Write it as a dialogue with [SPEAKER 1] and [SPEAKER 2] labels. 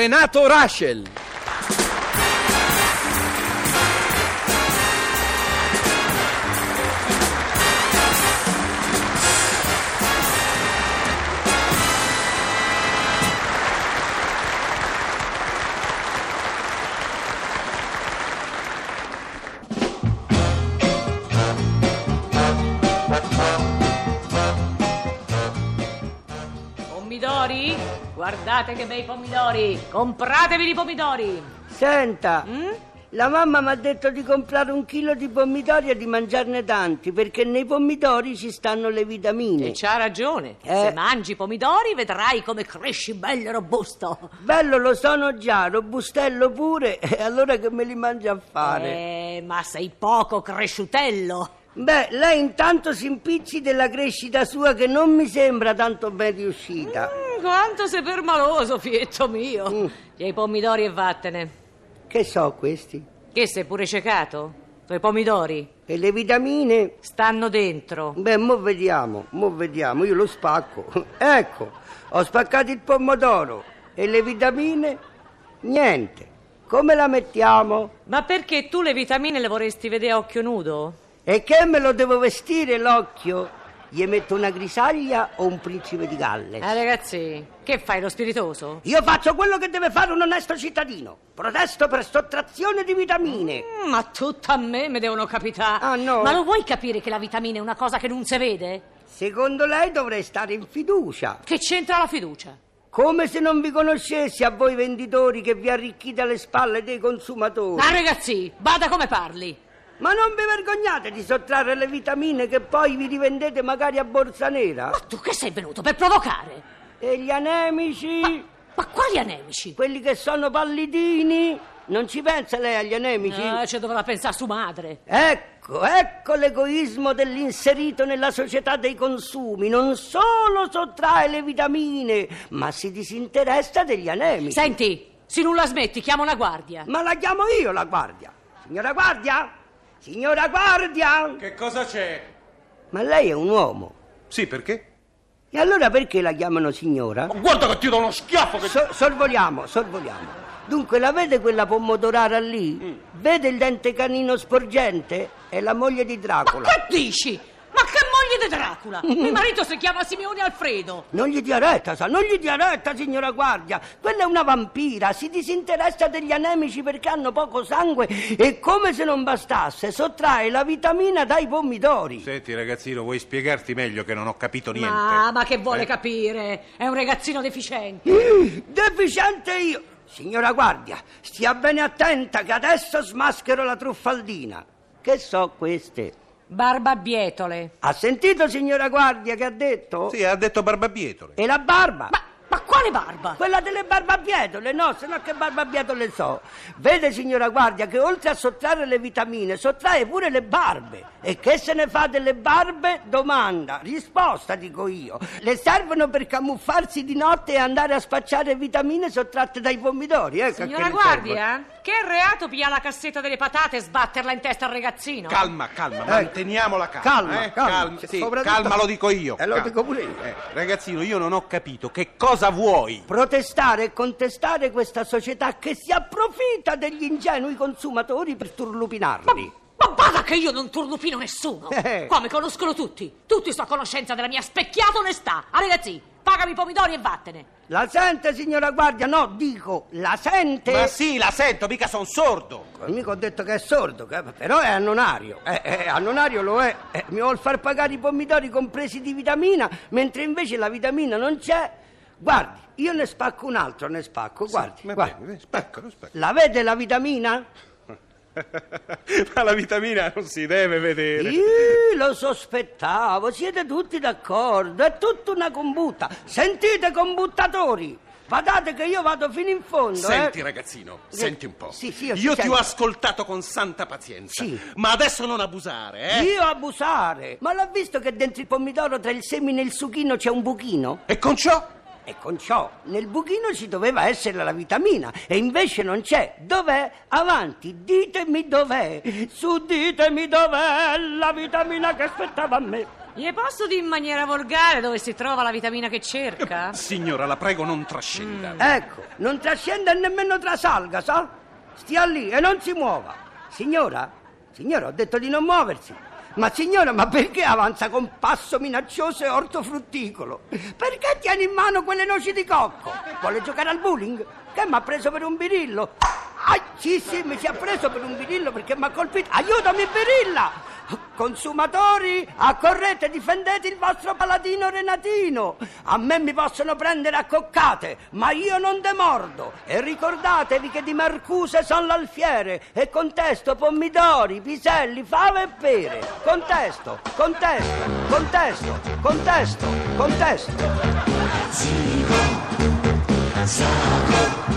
[SPEAKER 1] Renato Raschel.
[SPEAKER 2] Pomidori? Guardate che bei pomidori! Compratevi i pomidori!
[SPEAKER 3] Senta,
[SPEAKER 2] Mm?
[SPEAKER 3] la mamma mi ha detto di comprare un chilo di pomidori e di mangiarne tanti, perché nei pomidori ci stanno le
[SPEAKER 2] E
[SPEAKER 3] vitamine.
[SPEAKER 2] c'ha ragione.
[SPEAKER 3] Eh.
[SPEAKER 2] Se mangi pomidori vedrai come cresci bello e robusto.
[SPEAKER 3] Bello lo sono già, robustello pure, e allora che me li mangia a fare?
[SPEAKER 2] Eh, ma sei poco cresciutello.
[SPEAKER 3] Beh, lei intanto si impicci della crescita sua che non mi sembra tanto ben riuscita.
[SPEAKER 2] Mm, quanto sei permaloso, fietto mio.
[SPEAKER 3] Mm.
[SPEAKER 2] Tieni i pomidori e vattene.
[SPEAKER 3] Che so questi?
[SPEAKER 2] Che sei pure ciecato? I tuoi pomidori
[SPEAKER 3] E le vitamine?
[SPEAKER 2] stanno dentro.
[SPEAKER 3] Beh, mo vediamo, mo vediamo, io lo spacco. ecco, ho spaccato il pomodoro e le vitamine? Niente. Come la mettiamo?
[SPEAKER 2] Ma perché tu le vitamine le vorresti vedere a occhio nudo?
[SPEAKER 3] E che me lo devo vestire l'occhio? Gli metto una grisaglia o un principe di Galles?
[SPEAKER 2] Eh, ragazzi, che fai, lo spiritoso?
[SPEAKER 3] Io faccio quello che deve fare un onesto cittadino. Protesto per sottrazione di vitamine.
[SPEAKER 2] Mm, Ma tutto a me me devono capitare.
[SPEAKER 3] Ah, no.
[SPEAKER 2] Ma lo vuoi capire che la vitamina è una cosa che non si vede?
[SPEAKER 3] Secondo lei dovrei stare in fiducia.
[SPEAKER 2] Che c'entra la fiducia?
[SPEAKER 3] Come se non vi conoscessi a voi venditori che vi arricchite alle spalle dei consumatori.
[SPEAKER 2] Ah, ragazzi, bada come parli.
[SPEAKER 3] Ma non vi vergognate di sottrarre le vitamine che poi vi rivendete magari a borsa nera?
[SPEAKER 2] Ma tu che sei venuto per provocare?
[SPEAKER 3] E gli anemici?
[SPEAKER 2] Ma quali anemici?
[SPEAKER 3] Quelli che sono pallidini? Non ci pensa lei agli anemici?
[SPEAKER 2] Ah, ci dovrà pensare su madre.
[SPEAKER 3] Ecco, ecco l'egoismo dell'inserito nella società dei consumi. Non solo sottrae le vitamine, ma si disinteressa degli anemici.
[SPEAKER 2] Senti, se non la smetti, chiama una guardia.
[SPEAKER 3] Ma la chiamo io la guardia. Signora guardia? Signora guardia?
[SPEAKER 4] Che cosa c'è?
[SPEAKER 3] Ma lei è un uomo.
[SPEAKER 4] Sì, perché?
[SPEAKER 3] E allora perché la chiamano signora?
[SPEAKER 4] Ma guarda che ti do uno schiaffo che...
[SPEAKER 3] So- sorvoliamo, sorvoliamo. Dunque, la vede quella pomodorara lì? Vede il dente canino sporgente? È la moglie di
[SPEAKER 2] Ma
[SPEAKER 3] Dracula.
[SPEAKER 2] che dici? Ma che moglie di Dracula? Mio marito si chiama Simeone Alfredo.
[SPEAKER 3] Non gli dia retta, sa, non gli dia retta, signora guardia. Quella è una vampira, si disinteressa degli anemici perché hanno poco sangue e come se non bastasse sottrae la vitamina dai pomidori.
[SPEAKER 4] Senti ragazzino, vuoi spiegarti meglio che non ho capito niente?
[SPEAKER 2] Ma, ma che vuole
[SPEAKER 4] Eh?
[SPEAKER 2] capire? È un ragazzino deficiente.
[SPEAKER 3] Deficiente io! Signora guardia, stia bene attenta che adesso smaschero la truffaldina. Che so queste?
[SPEAKER 2] Barbabietole.
[SPEAKER 3] Ha sentito, signora guardia, che ha detto?
[SPEAKER 4] Sì, ha detto barbabietole.
[SPEAKER 3] E la barba?
[SPEAKER 2] Ma, ma quale barba?
[SPEAKER 3] Quella delle barbabietole, no, se no che barbabietole so. Vede, signora guardia, che oltre a sottrarre le vitamine, sottrae pure le barbe. E che se ne fa delle barbe? Domanda, risposta dico io. Le servono per camuffarsi di notte e andare a spacciare vitamine sottratte dai pomidori. Ecco a
[SPEAKER 2] Signora
[SPEAKER 3] che le servono.
[SPEAKER 2] guardia, che reato piglia la cassetta delle patate e sbatterla in testa al ragazzino?
[SPEAKER 4] Calma, calma, manteniamo la Eh. calma.
[SPEAKER 3] Calma,
[SPEAKER 4] eh?
[SPEAKER 3] calma.
[SPEAKER 4] sì,
[SPEAKER 3] Soprattutto-
[SPEAKER 4] calma, lo dico io.
[SPEAKER 3] Eh, lo
[SPEAKER 4] calma.
[SPEAKER 3] dico pure io.
[SPEAKER 4] Eh, ragazzino, io non ho capito che cosa vuoi.
[SPEAKER 3] Protestare e contestare questa società che si approfitta degli ingenui consumatori per turlupinarli.
[SPEAKER 2] ma bada che io non turlupino nessuno!
[SPEAKER 3] Eh.
[SPEAKER 2] Qua mi conoscono tutti! Tutti sto a conoscenza della mia specchiata onestà! Ah, ragazzi, pagami i pomidori e vattene!
[SPEAKER 3] La sente, signora guardia? No, dico, la sente?
[SPEAKER 4] Ma sì, la sento, mica son sordo.
[SPEAKER 3] Amico ho detto che è sordo, che- però è annonario. Eh, eh, annonario lo è. Eh, mi vuol far pagare i pomidori compresi di vitamina, mentre invece la vitamina non c'è. Guardi, io ne spacco un altro, ne spacco, guardi.
[SPEAKER 4] Ma
[SPEAKER 3] guardi.
[SPEAKER 4] bene, spaccalo, spaccalo.
[SPEAKER 3] La vede la vitamina?
[SPEAKER 4] Ma la vitamina non si deve vedere.
[SPEAKER 3] Ih, lo sospettavo, siete tutti d'accordo, è tutta una combutta. Sentite combuttatori, badate che io vado fino in fondo.
[SPEAKER 4] Senti
[SPEAKER 3] eh.
[SPEAKER 4] ragazzino,
[SPEAKER 3] Sì,
[SPEAKER 4] senti un po'.
[SPEAKER 3] sì, sì, io ti
[SPEAKER 4] io ti
[SPEAKER 3] sento.
[SPEAKER 4] ho ascoltato con santa pazienza.
[SPEAKER 3] Sì.
[SPEAKER 4] Ma adesso non abusare, eh?
[SPEAKER 3] Io abusare, ma l'ha visto che dentro il pomidoro tra il semine e il succhino c'è un buchino?
[SPEAKER 4] E con ciò?
[SPEAKER 3] E con ciò, nel buchino ci doveva essere la vitamina e invece non c'è. Dov'è? Avanti, ditemi dov'è. Su, ditemi dov'è la vitamina che aspettava a me.
[SPEAKER 2] Gli posso dire in maniera volgare dove si trova la vitamina che
[SPEAKER 3] Ah. Eh,
[SPEAKER 2] cerca?
[SPEAKER 4] Signora, la prego, non trascenda.
[SPEAKER 3] Ecco, non trascenda e nemmeno trasalga, sa? Stia lì e non si muova. Signora, signora, ho detto di non muoversi. Ma signora, ma perché avanza con passo minaccioso e ortofrutticolo? Perché tiene in mano quelle noci di cocco? Vuole giocare al bowling? Che mi ha preso per un birillo? Ah, sì, sì, mi si è preso per un birillo perché mi ha colpito. Aiutami, birilla! Consumatori, accorrete e difendete il vostro paladino Renatino. A me mi possono prendere a coccate, ma io non demordo. E ricordatevi che di Marcuse sono l'alfiere e contesto pomidori, piselli, fave e pere. Contesto, contesto, contesto, contesto, contesto.
[SPEAKER 1] Sago,